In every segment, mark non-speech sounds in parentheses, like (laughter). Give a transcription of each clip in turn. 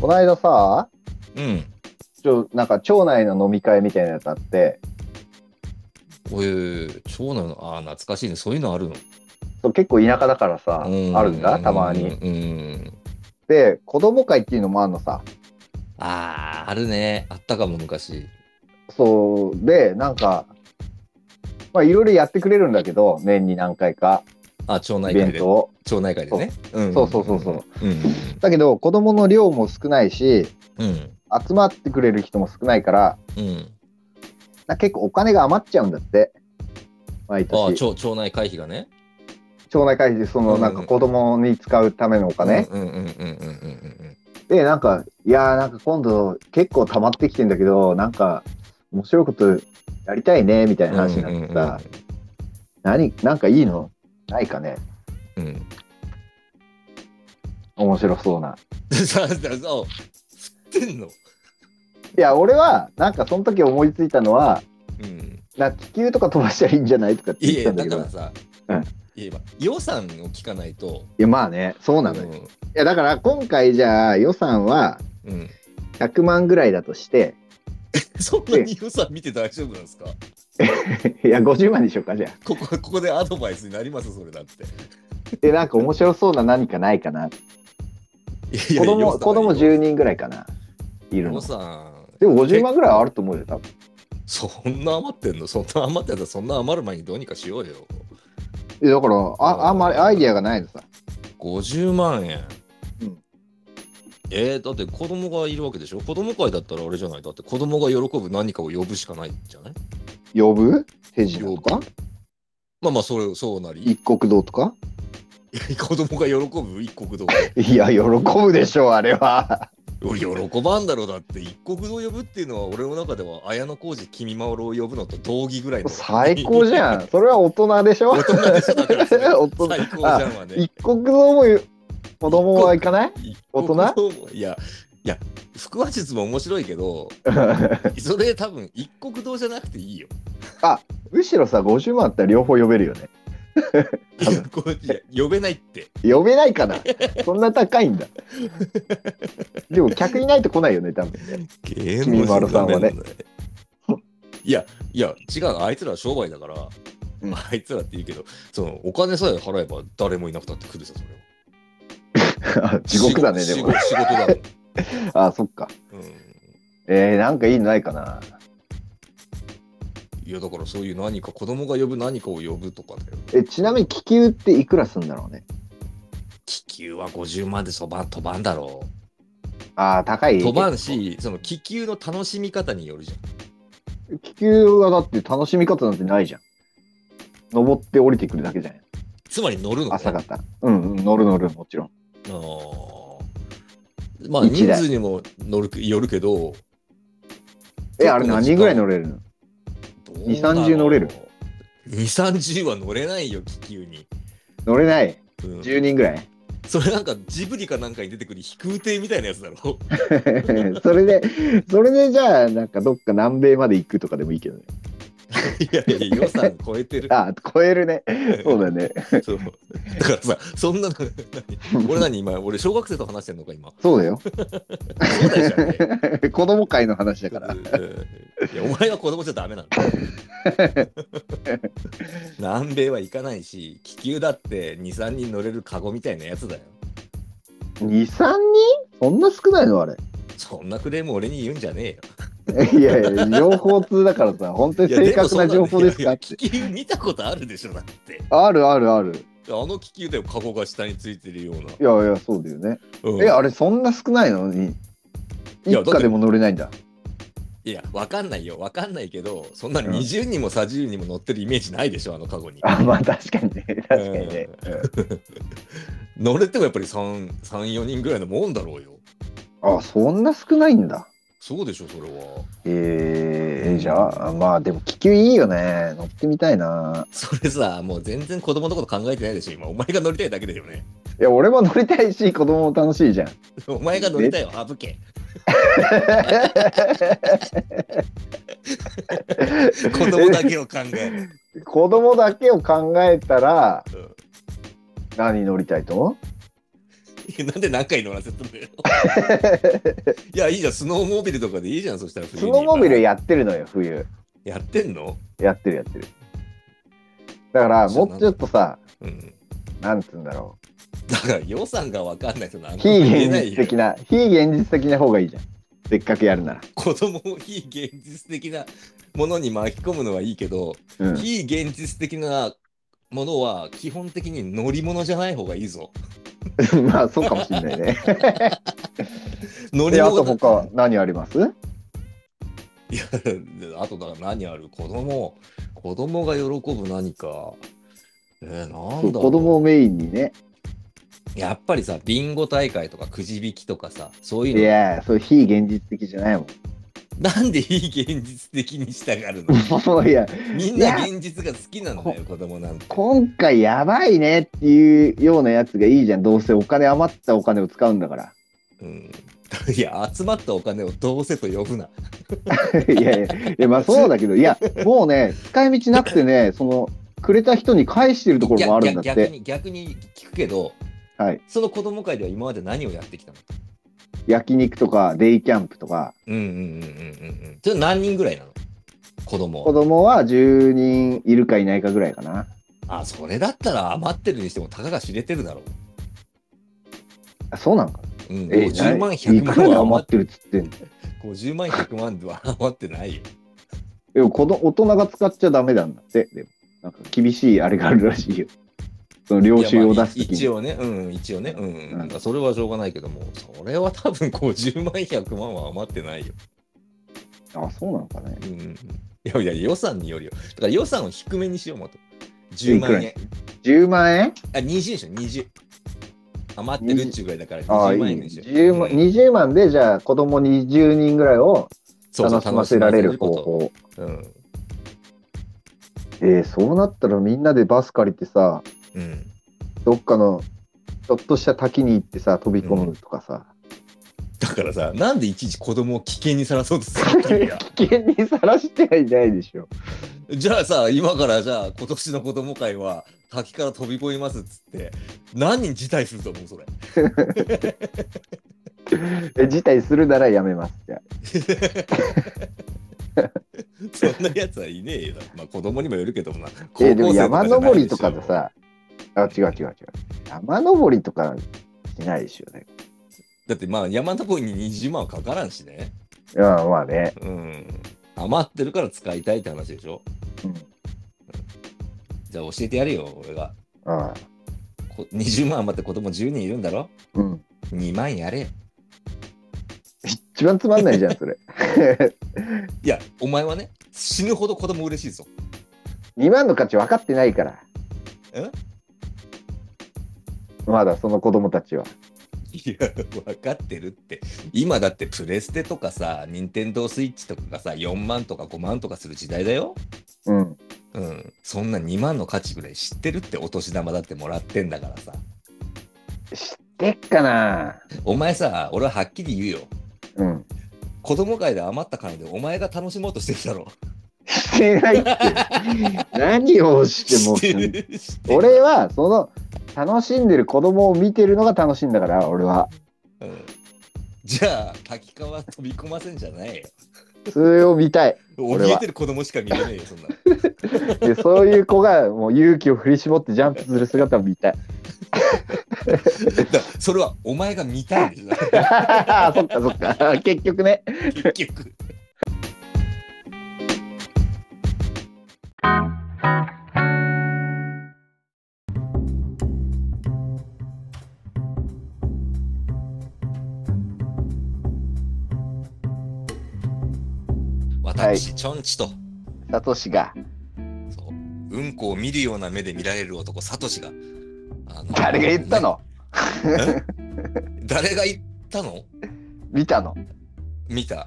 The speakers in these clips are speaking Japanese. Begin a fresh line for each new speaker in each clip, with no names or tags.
この間さ、
うん。
ちょ、なんか町内の飲み会みたいなやつあって、
こういう、長男の、ああ、懐かしいね。そういうのあるの。
そう結構田舎だからさ、
う
あるんだ、たまに。
うんうん。
で、子供会っていうのもあるのさ。
ああ、あるね。あったかも、昔。
そう、で、なんか、まあいろいろやってくれるんだけど、年に何回か、
あ、町
イ
内
ベ
会
ン
で
ト。を。
町内会でね。うん
そうそうそうそう。
うん。
だけど、子供の量も少ないし、
うん。
集まってくれる人も少ないから、
うん。
なんか結構お金が余っちゃうんだって。毎
ああ、
年。
町町内会費がね。
町内会費で、その、なんか子供に使うためのお金。
うんうんうんうんうんうん
で、なんか、いやーなんか今度結構溜まってきてんだけど、なんか面白いことやりたいね、みたい
うん。
な話になってさ、何、なんかいいのないかね
うんうんうん。 (laughs)
面白そうな。
うん。さ、さ、そう。振ってんの
いや、俺は、なんかその時思いついたのは、
うん。
なんか気球とか飛ばしちゃいいんじゃないとかって
い
言っ
や
て
い
た
や、
んだ
だ
けど。い
からさ
うん、
いや、予算を聞かないと。
や、まあね、そうなのよ。
う
い
ん
や、だから今回じゃあ予算は
うん。
100万ぐらいだとして、 (laughs)
そんなに予算見て大丈夫なんですか
いや、50万にしようか、じゃあ。
ここ (laughs) ここでアドバイスになりますそれだって。
で、なんか面白そうな何かないかな。
い
子供、子供10人ぐらいかな。いる
人
の。
さん、
でも50万ぐらいはあると思うよ、多分。
そんな余ってんのそんな余ってたらそんな余る前にどうにかしようよ。
えだからああんまりアイディアがないのさ
50万円。
うん
えー、だって子供がいるわけでしょ子供会だったらあれじゃないだって子供が喜ぶ何かを呼ぶしかないんじゃない
呼ぶ手品と
呼
か
まあまあそれそうなり
一国堂とか
(laughs) 子供が喜ぶ一国堂が
いや喜ぶでしょあれは
喜ばんだろうだって一国堂呼ぶっていうのは俺の中では綾小路君まおろを呼ぶのと同義ぐらいの
最高じゃ
(laughs)
んそれは大人でしょ
大人でしょだからそ
(laughs)
れ
大人
最高じゃんはね
一国堂も言う子供は行かない大人
いやいや腹話術も面白いけ
(laughs)
どそれ多分一国堂じゃなくていいよ。
むしろさ50万あったら両方呼べるよね
いやこういや呼べないって
呼べないかなそんな高いんだでも客いないと来ないよね多分 (laughs) ね
ゲ
ームをするためのね
いやいや違うあいつらは商売だから、
うん
あいつらって言うけどそのお金さえ払えば誰もいなくたって来るさそれは
地獄だねで
仕
も
事仕事だもん、
あそっか
うん
えー、なんかいいのないかない
やだからそういう何か子供が呼ぶ何かを呼ぶとかだよ
えちなみに気球っていくらすんだろうね
気球は50万でそば飛ばんだろう
ああ高い
飛ばんし、その気球の楽しみ方によるじゃん。
気球はだって楽しみ方なんてないじゃん。登って降りてくるだけじゃん。
つまり乗るのね
朝方。うんうん、乗る乗る、もちろん。
あーまあ
一
人
台
数にも乗るよるけど、
え、あれ何人ぐらい乗れるの
2
20-30乗れる
?2、30は乗れないよ、気球に。
乗れない。
うん
10人ぐらい。 (laughs)
それなんかジブリかなんかに出てくる飛空艇みたいなやつ
(laughs)
だろ。
それで、それでじゃあ、なんかどっか南米まで行くとかでもいいけどね。
いやいや、予算超えてる。
あ、超えるね。そうだね。
そうだからさ、そんなの、
(laughs)
何俺何今、俺小学生と話してんのか、今。
そうだよ。 (laughs)
そうだよね。
子供会の話だから。
うんいやお前は子供じゃダメなの
(laughs)
南米は行かないし気球だって23人乗れるカゴみたいなやつだよ
2、3人そんな少ないのあれ。 (laughs)
そんなクレーム俺に言うんじゃね
いやいや、情報通だからさ、本当
えよ
に
いや
正
で
確
もそん
な
の
情報です
い
か
やいや
って。
気球見たことあるでしょだって
あるあるある。
あの気球でカゴが下についてるようない
やいや、そうだよね。、
うん
え、あれそんな少ないのに
いや
一家でも乗れないんだ。
いやわかんないよわかんないけどそんなに20人も30人も乗ってるイメージないでしょあのカゴに
あ、まあ確かにね。確かにね。
乗れてもやっぱり34人ぐらいのもんだろうよ
あ、そんな少ないんだ。
そうでしょそれは
えー、じゃあ、まあでも気球いいよね。乗ってみたいな。
それさ、もう全然子供のこと考えてないでしょ、今。お前が乗りたいだけだよね。
いや、俺も乗りたいし、子供も楽しいじゃん。
お前が乗りたいよ、
(laughs)
省け。子供だけを考える。
子供だけを考えたら、
うん
何乗りたいと
いやなんで何回乗らせとるのよ。いや、いいじゃん、スノーモービルとかでいいじゃん、そしたら冬
ス
に
ノーモービルやってるのよ、冬。
やってんの
やってるやってる。だから、
そう
もうちょっとさ、
うん。
なんつうんだろ
だから予算が分かんないとなん
う。
か
非
言え
現
ない
実
よ。
的な、非現実的な方がいいじゃん。せっかくやるなら。
子供を非現実的なものに巻き込むのはいいけど、
うん。
非現実的なものは基本的に乗り物じゃない方がいいぞ。
(laughs) まあ、そうかもしれない
(laughs)
ね。
乗り
で、あ
物
と
だ
他、何あります
いや、 (laughs) あとだから何ある子供、子供が喜ぶ何か。えー、なんだろ
そうう子供をメインにね。
やっぱりさ、ビンゴ大会とかくじ引きとかさ、そうい
いう
の、
や、そう、非現実的じゃないも
なんで非現実的に従う
(laughs)
の
ん。いや、
みんな現実が好きなんだよ、子供なんて。
今回やばいねっていうようなやつがいいじゃん。どうせお金余ったお金を使うんだから。 (laughs)
うん、 (laughs) いや、集まったお金をどうせと呼ぶな。
いやいや、いやまあそうだけど、いや、もうね、使い道なくてね、その、くれた人に返してるところもあるんだっ
逆逆
て。
に逆に聞くけど、
はい。
その子供会では今まで何をやってきたの
焼肉とか、デイキャンプとか、
うんうんうんうんうんうん。それ何人ぐらいなの子供。
子供は10人いるかいないかぐらいかな。
あ、それだったら余ってるにしてもたかが知れてるだろ
あそうなんか。
う。うん、
え
50万、
ない
100
いくら
万
で余
は余っ
ってるっつってんの
50万、100万では余っ
(laughs)
てないよ。
でも子供大人が使っちゃダメなんだって。でもなんか厳しいあれがあるらしいよ。その領収を出す
いやまあい
とき
一
に。
応ね、うん、一応ね、うん、
うん
だからそれはしょうがないけども、それは多分50万、100万は余ってないよ。
あ、そうなのかね。
うんうんうん、いやいや、予算によるよ。だから予算を低めにしよう、また。10万
い
円。
10万円
あ、20でしょ、20。余ってるっちゅうぐらいだから
ああ、い
20
い
万
ね。
円にしよう。
10万
うん
20万で、じゃあ子供20人ぐらいを
そうそう
楽しませられる方法。
ことうん。
えー、そうなったらみんなでバス借りてさ
うん。
どっかのちょっとした滝に行ってさ飛び込むとかさ、
だからさ、なんでいちいち子供を危険にさらそうとするの君は
危険にさらしてはいないでしょ (laughs)
じゃあさ、今からじゃあ、今年の子供会は、滝から飛び越えますっつって、何人辞退すると思う、それ。 (laughs)
え辞退するならやめますじゃ
そんなやつはいねえよ。まあ子供にもよるけどもな。
あえでも
高校生
山
じゃない
登り
でしょ
とかで。さあ違う違う違う山登りとかしないでしょうね
だってまあ山登りに20万はかからんしね。
うんまあね、
うん。余ってるから使いたいって話でしょ。
うん
じゃあ教えてやるよ、俺が。
あ
こ20万余って子供10人いるんだろ
うん、
?2 万やれ。
一番つまんないじゃんそれ (laughs)
いや、お前はね、死ぬほど子供嬉しいぞ。
2万の価値分かってないから
え
まだその子供たちはい
や、分かってるって。今だってプレステとかさ、任天堂スイッチとかがさ、4万とか5万とかする時代だよ。
うん
うん。そんな2万の価値ぐらい知ってるってお年玉だってもらってんだからさ。
知ってっかな
お前さ、俺ははっきり言うよ。
うん。
子供会で余った金でお前が楽しもうとしてるだろ。
してないって。
(laughs)
何をしても。
知ってる知ってる
俺は、その、楽しんでる子供を見てるのが楽しいんだから、俺は。
うんじゃあ、滝川飛び込ませんじゃないよ。
それを見たい。俺は
怯えてる子供しか見れねえよ、そんなの。
で、そういう子が、もう勇気を振り絞ってジャンプする姿を見たい。 (laughs)
だからそれはお前が見たいんでし
そ
ょ。
っかそっか。結局ね。
結局。私、ちょんちと、
サトシが、
そううんこを見るような目で見られる男、サトシが。あの
誰が言ったの
誰が言ったの
見たの
見た。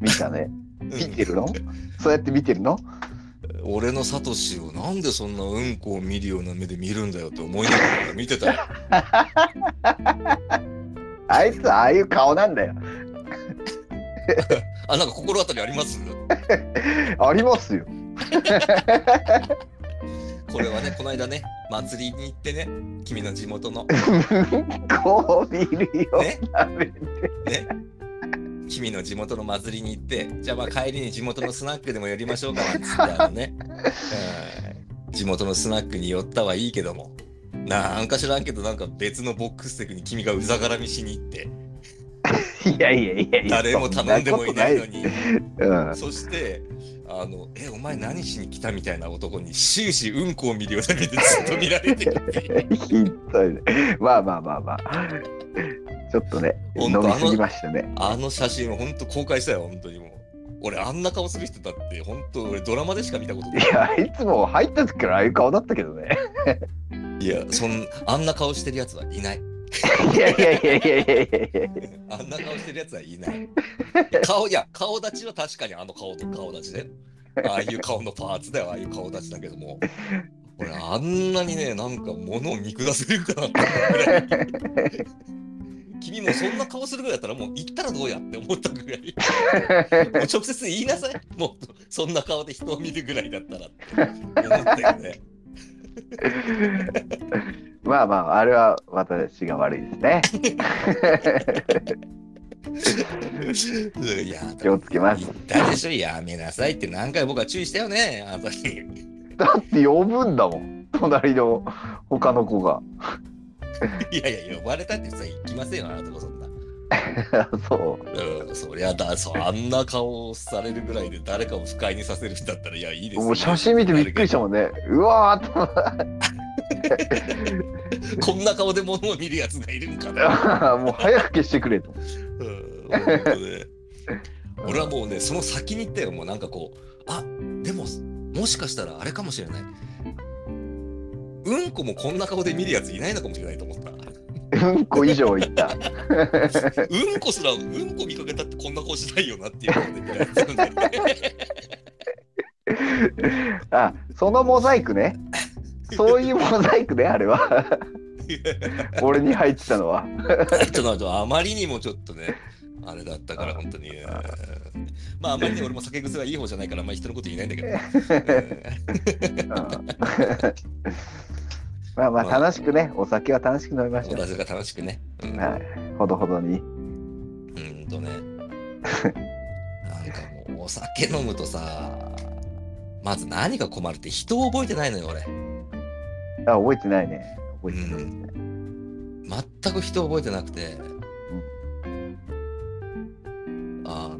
見たね。
うん
見てるのそうやって見てるの
俺のサトシをなんでそんなうんこを見るような目で見るんだよって思いながら見て (laughs) たよ。
あいつはああいう顔なんだよ。
あ、なんか心当たりあります
ありますよ。 (laughs)
これはね、この間ね、祭りに行ってね、君の地元の、
こう見るよ。
ね、
ダメ
ね、君の地元の祭りに行って、じゃあまあ帰りに地元のスナックでも寄りましょうかなんつってあのね、うん地元のスナックに寄ったはいいけども、なんか知らんけど、なんか別のボックス席に君がうざがらみしに行って、
いやいやいやいや。
誰も頼んでもいないのに。
そんなことない。
そしてあの「えお前何しに来た?」みたいな男に終始うんこを見るような目でずっと見られてるっていう
うん。 (laughs) ひどいね。まあまあまあまあ。ちょっとね、
本
飲
当
みすぎましたね。
あの写真本当公開したよ本当にもう俺あんな顔する人だって本当俺ドラマでしか見たこと
い
ない
や、いつも入った時からああいう顔だったけどね。
いやそんあんな顔してるやつはいない
いやいやいやいやいやいやい
あんな顔してるやつはいない顔いや顔立ちは確かにあの顔と顔立ちでああいう顔のパーツだよああいう顔立ちだけども俺あんなにねなんか物を見下せるかなってぐらい君もそんな顔するぐらいだったらもう行ったらどうやって思ったぐらいもう
や。
直接言いなさいもうそんな顔で人を見るぐらいだったらって思ったよね
まあまあ、あれは私が悪いですね。
いや
気をつけます
言ったでしょやめなさいって何回僕は注意したよねあの時
だって呼ぶんだもん。隣の他の子が。 (laughs)
いやいや呼ばれたってさ行きませんよあなたもそんな
そ
うんそりゃだそうあんな顔をされるぐらいで誰かを不快にさせるんだったらいやいいで
う。
す
もう写真見てびっくりしたもんね。うわーっと。
こんな顔で物を見るやつがいるんかな
(laughs) もう早く消してくれと。
うん本当ね俺はもうねその先に行ったよもうなんかこうあでももしかしたらあれかもしれないうんこもこんな顔で見るやついないのかもしれないと思った
うんこ以上いった。
うんこすらうんこ見かけたってこんな顔しないよなっていうことで見られてたんだよね
あ、そのモザイクね。そういうモザイ
(laughs)
クね、あれは。俺に入ってたのは。
(laughs) ちょっとあまりにもちょっとねあれだったから本当にね
あ
まああまりに俺も酒癖はいい方じゃないからあんまり人のこと言えないんだけど
うんまあまあ楽しくね、お酒は楽しく飲みまし
お
ょう。
出が楽しくね、うん
はい、ほどほどに。
うーんとねなんかもうお酒飲むとさまず何が困るって人を覚えてないのよ俺
あ、覚えてないね。覚えてない、
全く人を覚えてなくてあの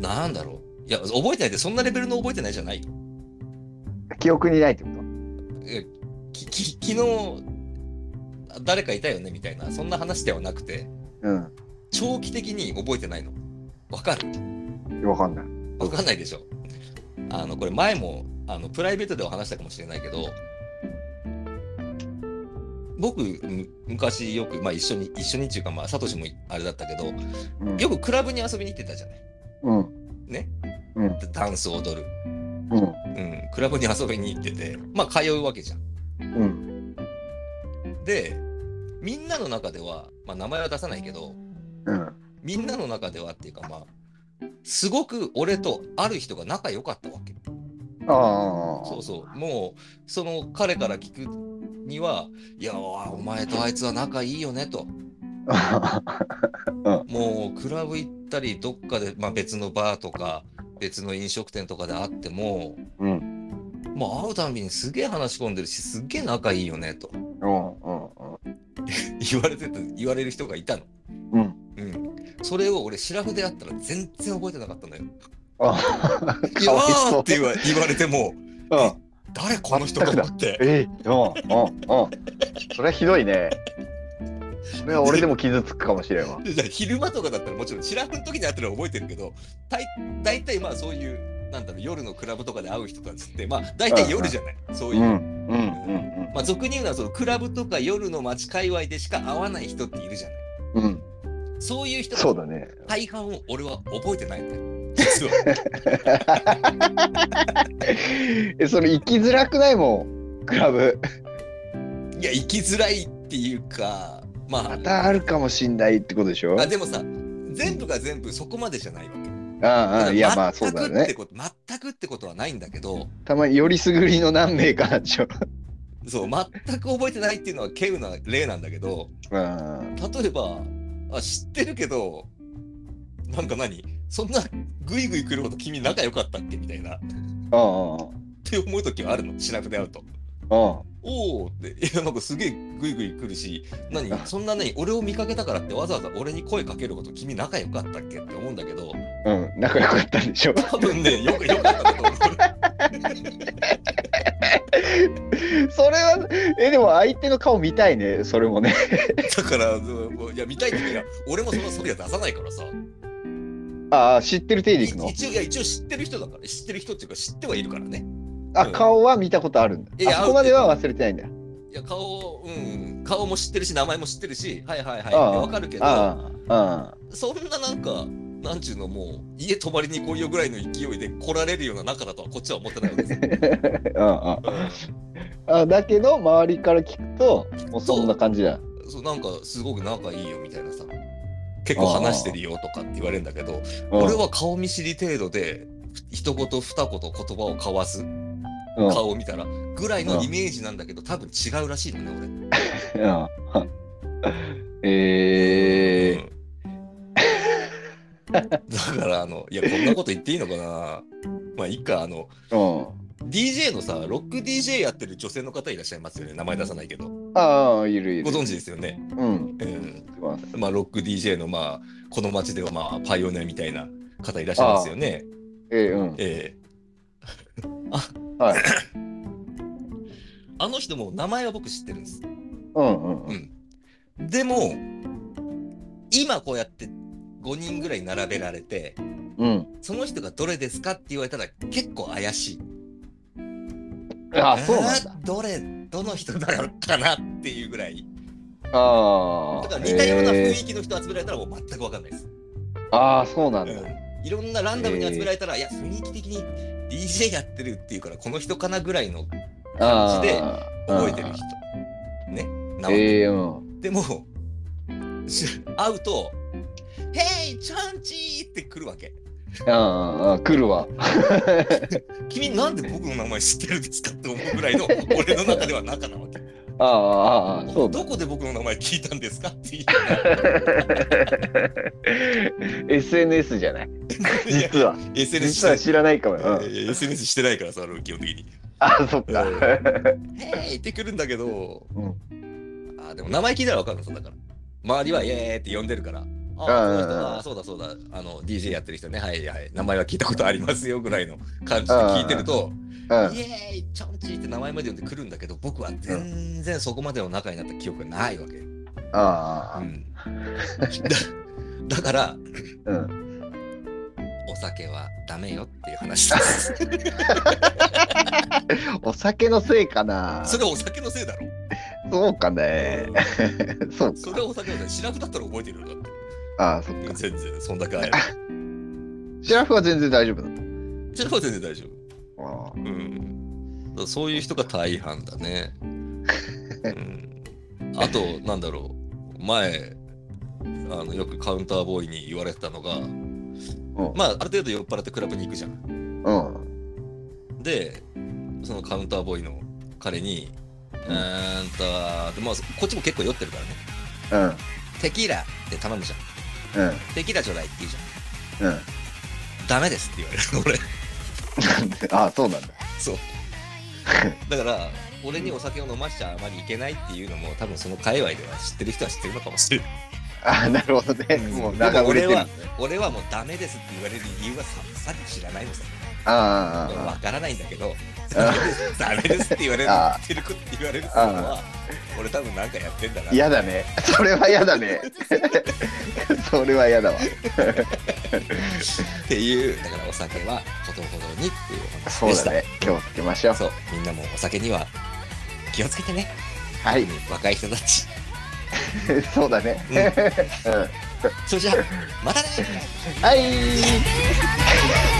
なんだろういや覚えてないってそんなレベルの覚えてないじゃないよ
記憶にないってこ
えき (laughs) き昨日誰かいたよねみたいなそんな話ではなくて
とう
長期的に覚えてないのわかる
ん。わかんない。
わかんないでしょ。あのこれ前もあのプライベートでは話したかもしれないけど僕む昔よく、まあ、一緒に一緒にっていうか、まあ、サトシもあれだったけど
うん。
よくクラブに遊びに行ってたじゃない
うん。
ね
うん。
でダンス踊る、
うん。
うん、クラブに遊びに行っててまあ通うわけじゃん
うん。
でみんなの中では、まあ、名前は出さないけど
うん。
みんなの中ではっていうかまあすごく俺とある人が仲良かったわけ
ああ。
そうそう、もうその彼から聞くには、いや、お前とあいつは仲いいよねと、もうクラブ行ったり、どっかで、まあ、別のバーとか、別の飲食店とかで会っても、
うん。
もう会うたんびにすげえ話し込んでるし、すげえ仲いいよねと
(laughs) うん。うん。
言われてて、言われる人がいたの。
うん。
うん、それを俺、シラフであったら全然覚えてなかったのよ。
あ
い
か
や
わい
ー
そ
っ
う。
て言わ言われても、
うん。
誰この人と思って。
えい。うん。うん。うん。それはひどいね。それは俺でも傷つくかもしれんわ。
(laughs) で昼間とかだったらもちろんシラフの時に会ったら覚えてるけど大大体まあそういうなんだろう夜のクラブとかで会う人たちってまあ大体夜じゃない、そう
う
いう、
ん。うん。うん。
まあ俗に言うのはそのクラブとか夜の街界隈でしか会わない人っているじゃない
うん。うん。
そういう人
そう
の
だね。
大半を俺は覚えてないんだよ
(laughs)
実は
え、それ行きづらくないもん。クラブ。
いや生きづらいっていうかま
またあるかもしんないってことでしょ
ああでもさ全部が全部そこまでじゃないわけ
ああ、いや、まあ、そ
全
う
く
だ
って
ね。
こと全くってことはないんだけど
たまによりすぐりの何名かなんでしょ。
そう全く覚えてないっていうのは稀有な例なんだけど
うん。
例えばあ知ってるけどなんか何そんなグイグイ来るほど君仲良かったっけみたいなっ
あ
て思う時はあるのしなくて会うと。
あ。あ
おおっていやなんかすげえグイグイ来るし何そんなね俺を見かけたからってわざわざ俺に声かけること君仲良かったっけって思うんだけど
あ。うん。仲良かったんでしょ。
多分ねよくよかったこと思う
それは、え、でも相手の顔見たいね、それもね。
だからもういや見たい時は俺もそのそりゃ出さないからさ
ああ、知ってる体でいくの。
一応いや一応知ってる人だから知ってる人っていうか知ってはいるからね
あ、顔は見たことあるんだ。
いや
あそこまでは忘れてないんだ。
いや顔うん顔も知ってるし名前も知ってるしはいはいはい
ああ
わかるけど
ああ、 (laughs) あ
そんななんか、なんちゅうのもう、家泊まりに来いよぐらいの勢いで来られるような仲だとはこっちは思ってないわけですよ。
あ、あ (laughs) あ。あだけど、周りから聞くと、もうそんな感じだ。
うんそうなんか、すごく仲いいよみたいなさ、結構話してるよとかって言われるんだけど、俺は顔見知り程度で、一言二言言葉を交わす
うん、
顔を見たらぐらいのイメージなんだけど多分違うらしいのね
うん。 (laughs)
俺。
えー、
うんだからあのいやこんなこと言っていいのかなまあいっかあの
うん。
DJ のさ、ロック DJ やってる女性の方いらっしゃいますよね。名前出さないけど。
ああ、いるい
ご
る。
存知ですよね。
うん。
うん。
います
まあ、ロック DJ の、まあ、この街では、まあ、パイオニアみたいな方いらっしゃいますよね。
えー、うん。
え
はい。
えあの人も名前は僕知ってるんです。
うんうん。うん
でも、今こうやって5人ぐらい並べられて、
うん。
その人がどれですかって言われたら結構怪しい。
あ、そうなん
あ
だ。
ーどれ、どの人だろうかなっていうぐらい。
あ
だ
あ。
から似たような雰
え
囲気の人集められたらもう全く分かんないです。
ーああ、そうなんだ。
うんいろんなランダムに集められたら、いや、雰囲気的に DJ やってるっていうから、この人かなぐらいの
ああ。
で覚えてる人。ね。名前
ええー、うん。
でも、 (laughs) し会うと、Hey, チャンチーって来るわけ。
ああ、来るわ。
君なんで僕の名前知ってるんですかって思うぐら
(laughs)
いの俺の中では仲なわけ。
ああ、ああ、そうだ。 (laughs)
どこで僕の名前聞いたんですかっていう
SNS じゃない。
いや
実は。
SNS し
実は
て
知らないかもよ。
な
う
い
ん
いや SNS してないからさ、俺基本的に。
あ、そっか。
Hey! って来るんだけど、
うん
あーでも名前聞いたら分かるのそうだから周りはイエーイって呼んでるからあ
あー
ーこの人あーそうだそうだあの DJ やってる人ねはいはい名前は聞いたことありますよぐらいの感じで聞いてると
うん
イエーイチョンチーって名前まで呼んでくるんだけど僕は全然そこまでの仲になった記憶がないわけ、うん
ああ、
だだから
うん。
お酒はダメよっていう話です
(laughs) お酒のせいかな。
それお酒のせいだろ、
そうかね。 (laughs) そう
それはお酒のせいシラフだったら覚えてるよだって
か。ああ、そっか。
全然そんだけ会えば
シラフは全然大丈夫だっ
シラフは全然大丈夫
た。あ
うん、だからそういう人が大半だね。うん、あと、なんだろう、前あの、よくカウンターボーイに言われてたのが、まあ、ある程度酔っ払ってクラブに行くじゃん。
あうん。
で、そのカウンターボーイの彼に、うーんと、でまあ、こっちも結構酔ってるからね、
うん。
テキーラって頼むじゃん。
うん。
テキーラちょうだいって言うじゃん。
うん。
ダメですって言われるの、俺。
ああ、そうなんだ。
そう。だから、俺にお酒を飲ましちゃあまりいけないっていうのも、多分その界隈では知ってる人は知ってるのかもしれない。
ああ、なるほどね。もう流
でも
れて
俺
る。
は
あ、
俺はもうダメですって言われる理由はさっさり知らないのさ。わ
あ、
からないんだけど (laughs)
あ、
ダメですって言われる
あ、
言ってること言われるってことは、俺多分なんかやってんだな。
嫌だね。それは嫌だね。 (laughs) それは嫌だわ。
っていう、だからお酒はほどほどにっていうお話
そ
で
う
した。
だね。気をつけましょう。
そう、みんなもお酒には気をつけてね。
はい。
若い人たち。
(laughs) そうだね。
うんそれじゃあ、またね
(laughs) はい。
「離れないで